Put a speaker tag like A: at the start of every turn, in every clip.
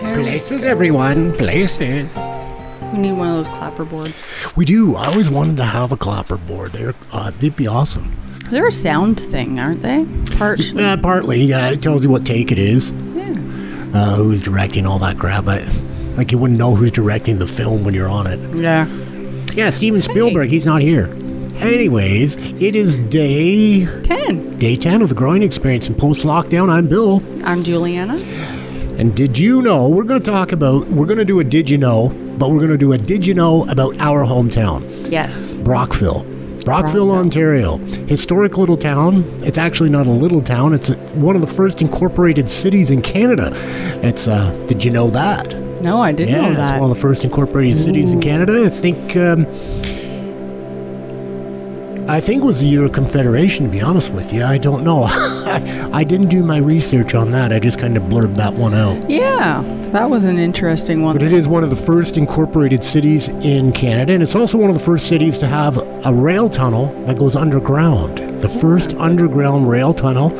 A: Places, everyone. Places.
B: We need one of those clapper boards.
C: We do. I always wanted to have a clapper board. They're, uh, they'd be awesome.
B: They're a sound thing, aren't they? Part.
C: Uh, partly, yeah, it tells you what take it is,
B: Yeah.
C: uh, who's directing all that crap. But like, you wouldn't know who's directing the film when you're on it.
B: Yeah.
C: Yeah, Steven Spielberg. He's not here. Anyways, it is day
B: Ten.
C: day ten of the growing experience in post lockdown. I'm Bill,
B: I'm Juliana.
C: and did you know we're going to talk about we're going to do a did you know, but we're going to do a did you know about our hometown.
B: Yes.
C: Brockville. Brockville, Ontario. Historic little town. It's actually not a little town. It's one of the first incorporated cities in Canada. It's uh did you know that?
B: No, I didn't
C: yeah,
B: know
C: it's
B: that.
C: one of the first incorporated cities in Canada. I think um I think it was the year of Confederation, to be honest with you. I don't know. I didn't do my research on that. I just kind of blurred that one out.
B: yeah, that was an interesting one.
C: But it is one of the first incorporated cities in Canada, and it's also one of the first cities to have a rail tunnel that goes underground. The first underground rail tunnel.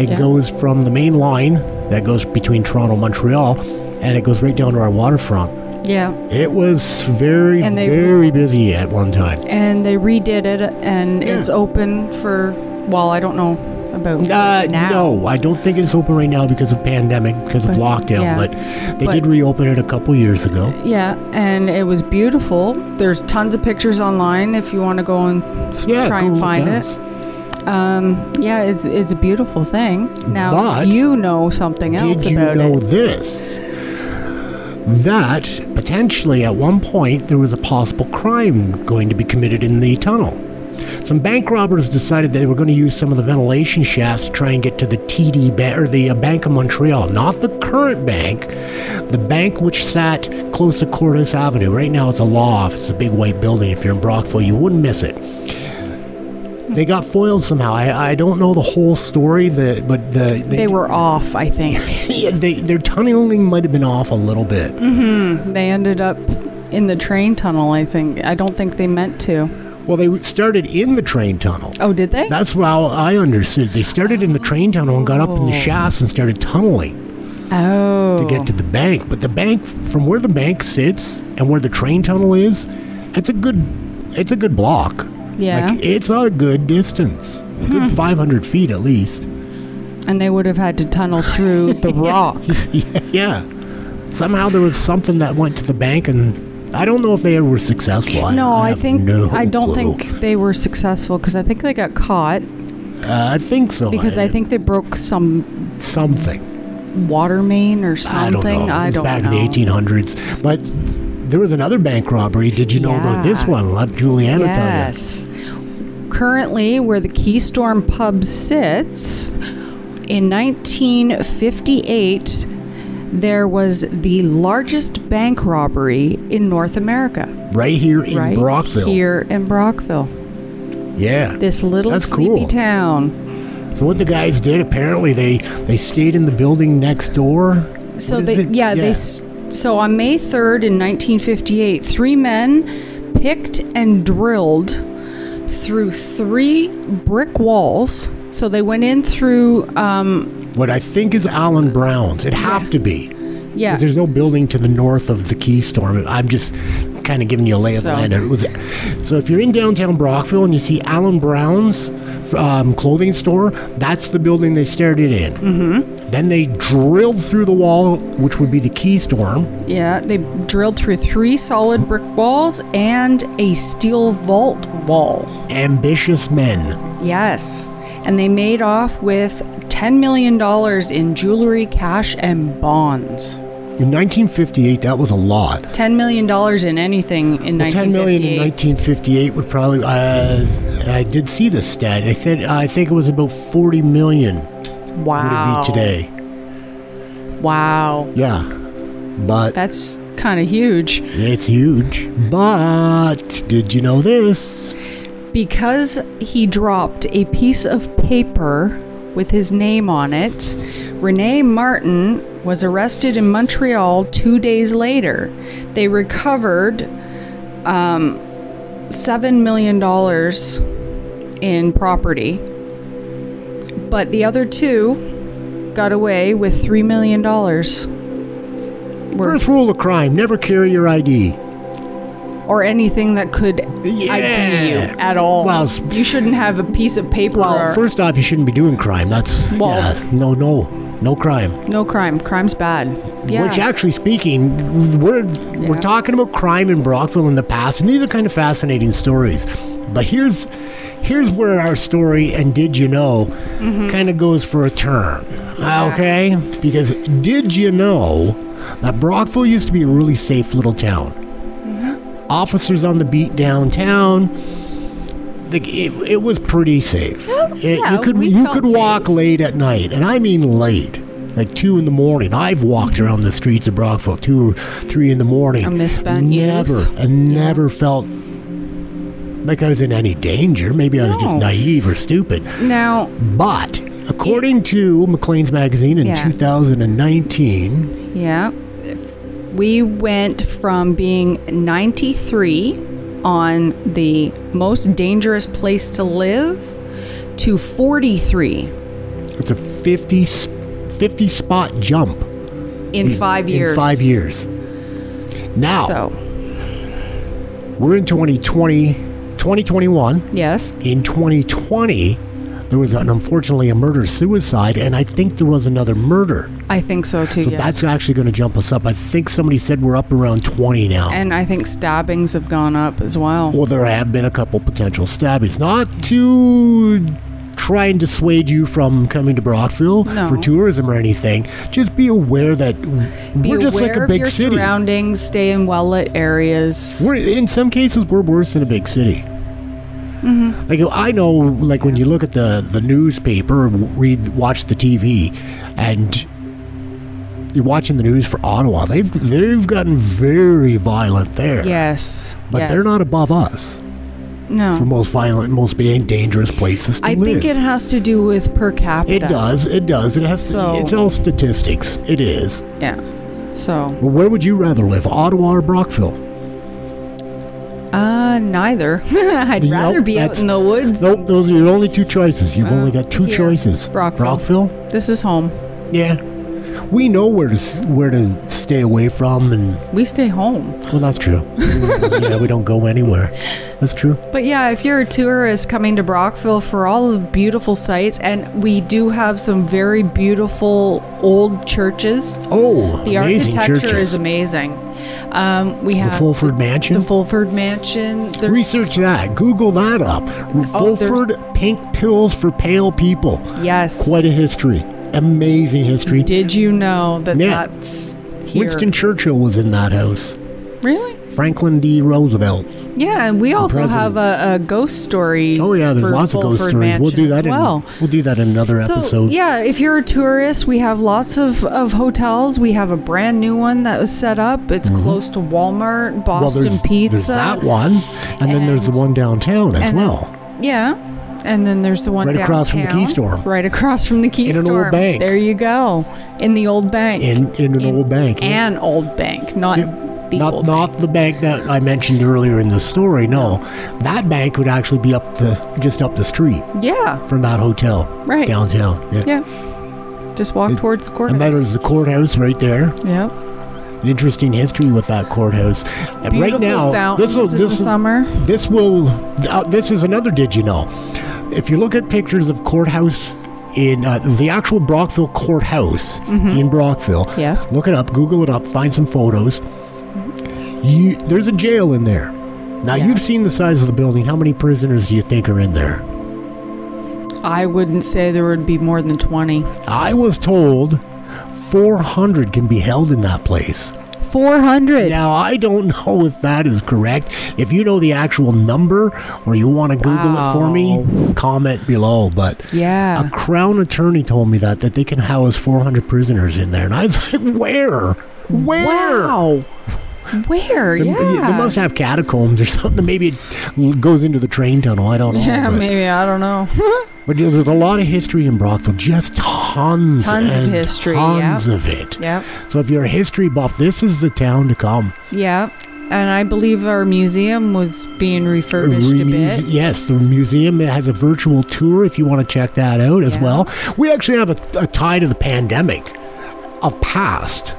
C: It
B: Yeah.
C: goes from the main line that goes between Toronto and Montreal, and it goes right down to our waterfront.
B: yeah,
C: It was very,
B: And they-
C: very busy at one time.
B: and they redid it, and it's open for. Well, I don't know about
C: Uh,
B: now.
C: No, I don't think it's open right now because of pandemic, because of
B: But-
C: lockdown.
B: yeah.
C: But they
B: But-
C: did reopen it a couple years ago.
B: Yeah, and it was beautiful. There's tons of pictures online if you want to go and f-
C: Yeah,
B: try and
C: go
B: find
C: down.
B: it. Um, yeah, it's it's a beautiful thing. Now
C: But
B: you know something else
C: Did you
B: about
C: know
B: it.
C: this? That potentially at one point there was a possible crime going to be committed in the tunnel. Some bank robbers decided they were going to use some of the ventilation shafts to try and get to the TD ba- or the uh, Bank of Montreal, not the current bank, the bank which sat close to Cordes Avenue. Right now it's a law office, a big white building. If you're in Brockville, you wouldn't miss it they got foiled somehow. I, I don't know the whole story, the, but the,
B: They were off, I think.
C: yeah, they, their tunneling might have been off a little bit.
B: Mm. they ended up in the train tunnel, I think. I don't think they meant to.
C: Well, they started in the train tunnel.
B: Oh, did they?
C: That's how I understood. They started in the train tunnel and got up in the
B: Oh.
C: shafts and started tunneling
B: oh.
C: to get to the bank. But the bank, from where the bank sits and where the train tunnel is, it's a good, it's a good block.
B: Yeah. Hmm.
C: like, it's a good distance, a good 500 feet at least.
B: and they would have had to tunnel through the rock.
C: Yeah. Somehow there was something that went to the bank, and I don't know if they were successful.
B: No, I
C: have
B: think
C: no
B: I don't
C: clue.
B: think they were successful because I think they got caught
C: Uh, I think so.
B: because I think they broke some
C: something.
B: water main or something.
C: I don't know. It was back
B: know.
C: in the 1800s, but there was another bank robbery. Did you know about this
B: Yeah.
C: one? Let Juliana tell you.
B: Yes. Currently, where the Keystorm Pub sits, in 1958, there was the largest bank robbery in North America,
C: Right here in
B: right
C: Brockville.
B: here in Brockville.
C: Yeah.
B: This little
C: That's
B: sleepy
C: cool.
B: town.
C: so what the guys did apparently they they stayed in the building next door.
B: So
C: What is
B: they,
C: it?
B: yeah, they. s- So on May 3rd in 1958, three men picked and drilled through three brick walls. So they went in through um,
C: what I think is Alan Brown's. It'd have to be.
B: Yeah.
C: 'Cause There's no building to the north of the Keystorm. I'm just kind of giving you a lay of the
B: So-
C: land. It was, so if you're in downtown Brockville and you see Alan Brown's um, clothing store, that's the building they started in. Mm-hmm. Then they drilled through the wall, which would be the Keystorm.
B: Yeah, they drilled through three solid brick walls and a steel vault wall.
C: Ambitious men.
B: Yes. And they made off with $10 million in jewelry, cash, and bonds.
C: In 1958, that was a lot.
B: $10 million in anything in
C: Well, 10 million in
B: 1958.
C: 1958 would probably. Uh, I did see this stat. I, think I think it was about 40 million would
B: Wow.
C: it be today.
B: Wow.
C: Yeah. But
B: That's kind of huge.
C: it's huge. But did you know this?
B: Because he dropped a piece of paper with his name on it, Rene Martin was arrested in Montreal two days later. They recovered um, $7 million in property, but the other two got away with $3 million. were
C: First rule of crime never carry your ID.
B: or anything that could ID you
C: Yeah.
B: at all.
C: Well, s-
B: you shouldn't have a piece of paper.
C: Well,
B: or-
C: first off, you shouldn't be doing crime. That's
B: Well-
C: yeah, no, no, no crime.
B: no crime. Crime's bad. Yeah.
C: Which, actually speaking, we're
B: Yeah.
C: we're talking about crime in Brockville in the past, and these are kind of fascinating stories. But here's here's where our story and did you know
B: Mm-hmm.
C: kind of goes for a turn, okay? Because did you know that Brockville used to be a really safe little town?
B: Mm-hmm.
C: Officers on the beat downtown. the- It, it was pretty safe. It-
B: yeah,
C: you could
B: we
C: you
B: felt
C: could
B: safe.
C: walk late at night, and I mean late, like two in the morning. I've walked around the streets of Brockville two or three in the morning.
B: A misspent youth.
C: never, I never felt like I was in any danger. Maybe I was just
B: No.
C: naive or stupid.
B: Now,
C: But according to McLean's magazine in
B: Yeah.
C: 2019,
B: yeah, we went from being 93 on the most dangerous place to live to 43
C: it's a 50, s- 50 spot jump
B: in five years.
C: In five years. Now
B: So,
C: we're in 2020, 2021.
B: yes.
C: In 2020, there was an, unfortunately a murder suicide, and I think there was another murder.
B: I think so too.
C: So
B: yeah.
C: that's actually going to jump us up. I think somebody said we're up around 20 now.
B: and I think stabbings have gone up as well.
C: well, there have been a couple potential stabbings. Not to try and dissuade you from coming to Brockville
B: No.
C: for tourism or anything. Just be aware that
B: Be
C: we're just like
B: aware
C: a
B: of
C: big
B: your
C: city.
B: surroundings. Stay in well-lit areas.
C: We're in some cases we're worse than a big city.
B: Mm-hmm.
C: Like I know, like when you look at the the newspaper, read, watch the TV, and you're watching the news for Ottawa. They've they've gotten very violent there.
B: Yes.
C: But
B: yes.
C: they're not above us
B: No.
C: for most violent, most being dangerous places to
B: I
C: live.
B: think it has to do with per capita.
C: It does. It does. It has.
B: So-
C: it's all statistics. It is.
B: Yeah. So,
C: But where would you rather live, Ottawa or Brockville?
B: uh, neither. I'd
C: Yep,
B: rather be out
C: that's-
B: in the woods.
C: Nope, those are your only two choices. You've only got two
B: here,
C: choices.
B: Brockville.
C: Brockville?
B: This is home.
C: Yeah. We know where to s- where to stay away from, and
B: We stay home.
C: well, that's true. yeah, we don't go anywhere. That's true.
B: But yeah, if you're a tourist coming to Brockville for all the beautiful sights, and we do have some very beautiful old churches.
C: Oh,
B: The
C: amazing
B: architecture
C: churches.
B: is amazing. Um, we
C: the
B: have
C: Fulford Mansion.
B: the Fulford Mansion. There's,
C: Research that. Google that up.
B: Oh, there's-
C: Fulford Pink Pills for Pale People.
B: Yes.
C: Quite a history. Amazing history.
B: Did you know that
C: Yeah.
B: that's here?
C: Winston Churchill was in that house.
B: Really?
C: Franklin D. Roosevelt.
B: Yeah, and we also have a, a ghost story.
C: Oh yeah, there's lots of ghost stories. We'll do that.
B: as well.
C: In, we'll do that in another
B: So
C: episode.
B: yeah, if you're a tourist, we have lots of, of hotels. We have a brand new one that was set up. It's close to Walmart, Boston
C: Mm-hmm. there's,
B: Pizza.
C: there's that one, and, then there's the
B: and-
C: one downtown as
B: and-
C: well.
B: Yeah. And then there's the one
C: Right across from the
B: downtown,
C: Key Store.
B: Right across from the Key
C: In an old
B: Store.
C: bank.
B: There you go. In the old bank.
C: In in an old bank,
B: An old bank, not the
C: not
B: old
C: not the bank that I mentioned earlier in the story. No, that bank would actually be up the just up the street
B: bank. Yeah.
C: from that hotel
B: Right.
C: downtown. Yeah.
B: Yeah. Just walk towards the
C: And
B: courthouse.
C: then there's the courthouse right there.
B: Yeah.
C: An interesting history with that courthouse. And right
B: Beautiful
C: now,
B: fountains
C: this will
B: in the
C: this will-
B: summer.
C: This will. Uh, this is another. Did you know? If you look at pictures of courthouse in uh, the actual Brockville courthouse in Brockville,
B: Mm-hmm. Yes.
C: look it up, Google it up, find some photos. You, there's a jail in there. Now
B: Yeah.
C: you've seen the size of the building. How many prisoners do you think are in there?
B: I wouldn't say there would be more than 20.
C: I was told 400 can be held in that place.
B: 400.
C: Now, I don't know if that is correct. If you know the actual number or you want to Google it for me, comment below. But
B: Yeah.
C: a Crown attorney told me that, that they can house 400 prisoners in there. And I was like, where? Where?
B: Wow. Where?
C: They,
B: yeah.
C: they must have catacombs or something. Maybe it goes into the train tunnel. I don't know.
B: yeah,
C: but,
B: maybe. I don't know.
C: but yeah, there's a lot of history in Brockville. Just tons,
B: Tons of
C: and
B: history,
C: Tons
B: yeah.
C: of it.
B: yep.
C: So if you're a history buff, this is the town to come.
B: Yeah. And I believe our museum was being refurbished a
C: Remuse-
B: bit.
C: Yes, the museum it has a virtual tour if you want to check that out as
B: Yeah.
C: well. We actually have a, a tie to the pandemic of past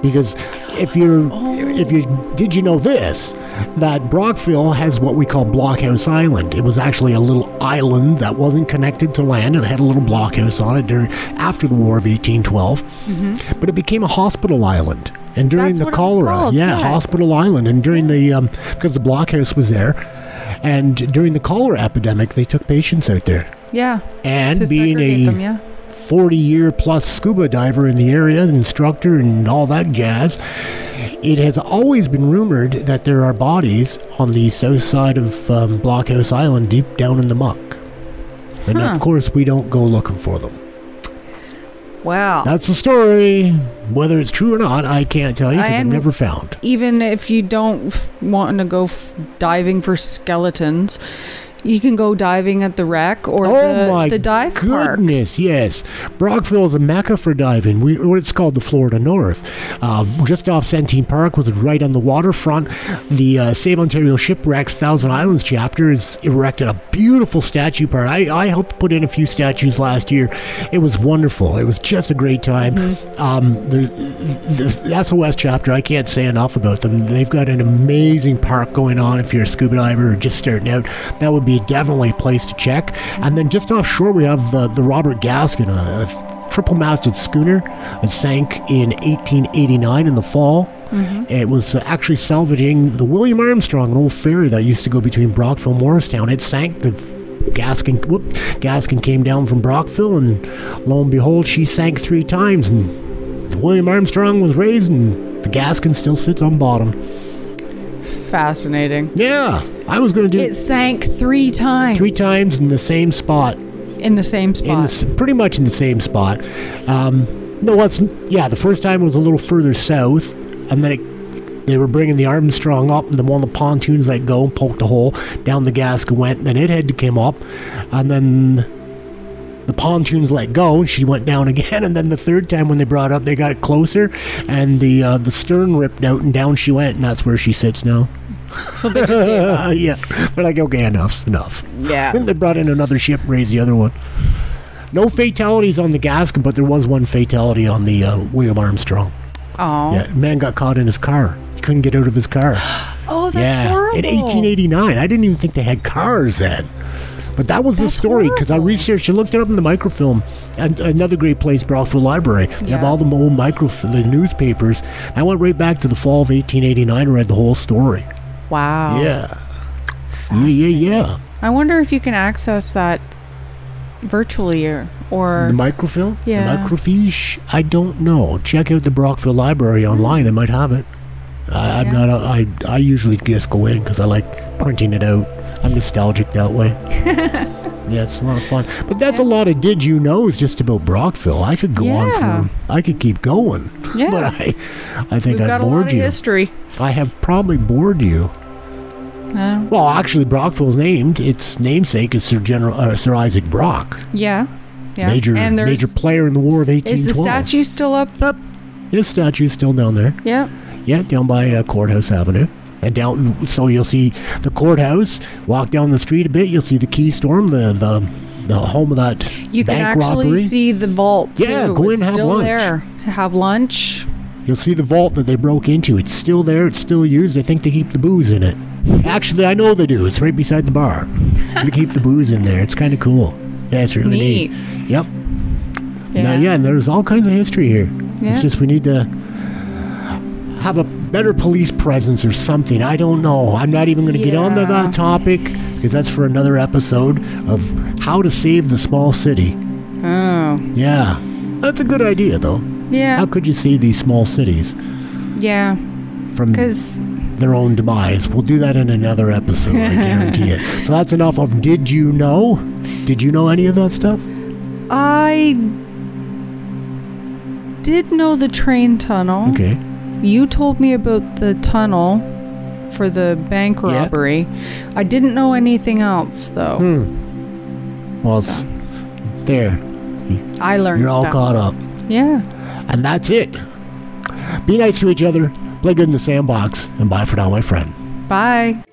C: because if you
B: Oh.
C: if you did you know this that Brockville has what we call Blockhouse Island. It was actually a little island that wasn't connected to land and had a little blockhouse on it during after the War of 1812. But it became a hospital island. And during
B: Mm-hmm. That's
C: the
B: what it was
C: cholera,
B: called,
C: yeah,
B: yeah.
C: Hospital Island, and during the um, because the blockhouse was there, and during the cholera epidemic, they took patients out there.
B: Yeah.
C: And
B: to
C: being
B: segregate
C: a
B: them, yeah.
C: 40 year plus scuba diver in the area, instructor, and all that jazz. It has always been rumored that there are bodies on the south side of um, Blockhouse Island deep down in the muck. And
B: Huh.
C: of course, we don't go looking for them.
B: Wow.
C: That's the story. Whether it's true or not, I can't tell you
B: I
C: because I've
B: am-
C: never found.
B: Even if you don't f- want to go f- diving for skeletons, you can go diving at the wreck or
C: Oh
B: the,
C: my
B: the dive park.
C: goodness! Yes, Brockville is a mecca for diving. We, what it's called the Florida North, uh, just off Centene Park, was right on the waterfront. The uh, Save Ontario Shipwrecks Thousand Islands chapter has erected a beautiful statue part. I, I helped put in a few statues last year. It was wonderful. It was just a great time.
B: Mm-hmm.
C: Um, there, the SOS chapter, I can't say enough about them. They've got an amazing park going on. If you're a scuba diver or just starting out, that would be definitely a place to check. And then just offshore, we have uh, the, the Robert Gaskin, a, a triple masted schooner that sank in 1889 in the fall. It was uh, actually salvaging the William Armstrong, an old ferry that used to go between Brockville and Morristown. It sank the Gaskin, whoop, Gaskin came down from Brockville, and lo and behold, she sank three times, and William Armstrong was raised, and the Gaskin still sits on bottom.
B: Fascinating.
C: Yeah, I was going to do
B: It
C: it
B: sank three times
C: three times in the same spot,
B: in the same
C: in the,
B: spot.
C: s- pretty much in the same spot. Um, no, what's yeah, the first time was a little further south, and then it, they were bringing the Armstrong up, and then one of the pontoons let go and poked a hole down the Gaskin went, then it had to come up, and then the pontoons let go and she went down again and then the third time when they brought up they got it closer and the uh, the stern ripped out and down she went and that's where she sits now
B: so they just gave up.
C: yeah they're like okay enough's enough
B: Yeah.
C: then they brought in another ship and raised the other one no fatalities on the gaskin but there was one fatality on the uh, william armstrong
B: Oh.
C: yeah man got caught in his car he couldn't get out of his car
B: Oh, that's
C: yeah
B: horrible.
C: in 1889 i didn't even think they had cars then but that was the
B: That's
C: story because I
B: horrible.
C: researched and looked it up in the microfilm. And another great place, Brockville Library. They have
B: Yeah.
C: all the old micro, the newspapers. I went right back to the fall of 1889 and read the whole story.
B: Wow.
C: Yeah. Yeah, yeah, yeah.
B: I wonder if you can access that virtually or, or
C: The microfilm?
B: Yeah.
C: The microfiche? I don't know. Check out the Brockville Library online. They might have it. I, I'm
B: Yeah.
C: not. A, I I usually just go in because I like printing it out. I'm nostalgic that way. yeah, it's a lot of fun. But that's a lot of did you knows just about Brockville. I could go
B: Yeah.
C: on for. I could keep going.
B: Yeah.
C: but I, I think
B: we've
C: I
B: got a lot
C: bored
B: of
C: you.
B: history.
C: I have probably bored you.
B: Uh,
C: Well, actually, Brockville's named. Its namesake is Sir General uh, Sir Isaac Brock,
B: yeah. Yeah.
C: major
B: and there's,
C: major player in the War of 1812.
B: Is the statue still up?
C: Yep. His statue's still down there.
B: Yeah.
C: Yeah, down by uh, Courthouse Avenue. And down, so you'll see the courthouse. Walk down the street a bit, you'll see the Keystone, the the, the home of that
B: You can
C: bank
B: actually
C: robbery.
B: see the vault.
C: Yeah,
B: too.
C: go in
B: it's
C: and have
B: still
C: lunch.
B: there. Have lunch.
C: You'll see the vault that they broke into. It's still there. It's still used. I think they keep the booze in it. Actually, I know they do. It's right beside the bar. they keep the booze in there. It's kind of cool. Yeah, it's really neat. Yep.
B: Yeah.
C: Now, yeah, and there's all kinds of history here. It's
B: Yeah.
C: just we need to have a better police presence or something. I don't know. I'm not even going to get on to
B: Yeah.
C: that topic because that's for another episode of how to save the small city.
B: Oh.
C: Yeah, that's a good idea though.
B: Yeah.
C: How could you save these small cities
B: Yeah.
C: from
B: Because
C: their own demise? We'll do that in another episode. I guarantee it. So that's enough of did you know? Did you know any of that stuff?
B: I did know the train tunnel.
C: Okay.
B: You told me about the tunnel for the bank
C: Yeah.
B: robbery. I didn't know anything else though.
C: Hmm. Well, it's there.
B: I learned
C: Hmm. You're all
B: stuff.
C: caught up.
B: Yeah.
C: And that's it. Be nice to each other, play good in the sandbox, and bye for now, my friend.
B: Bye.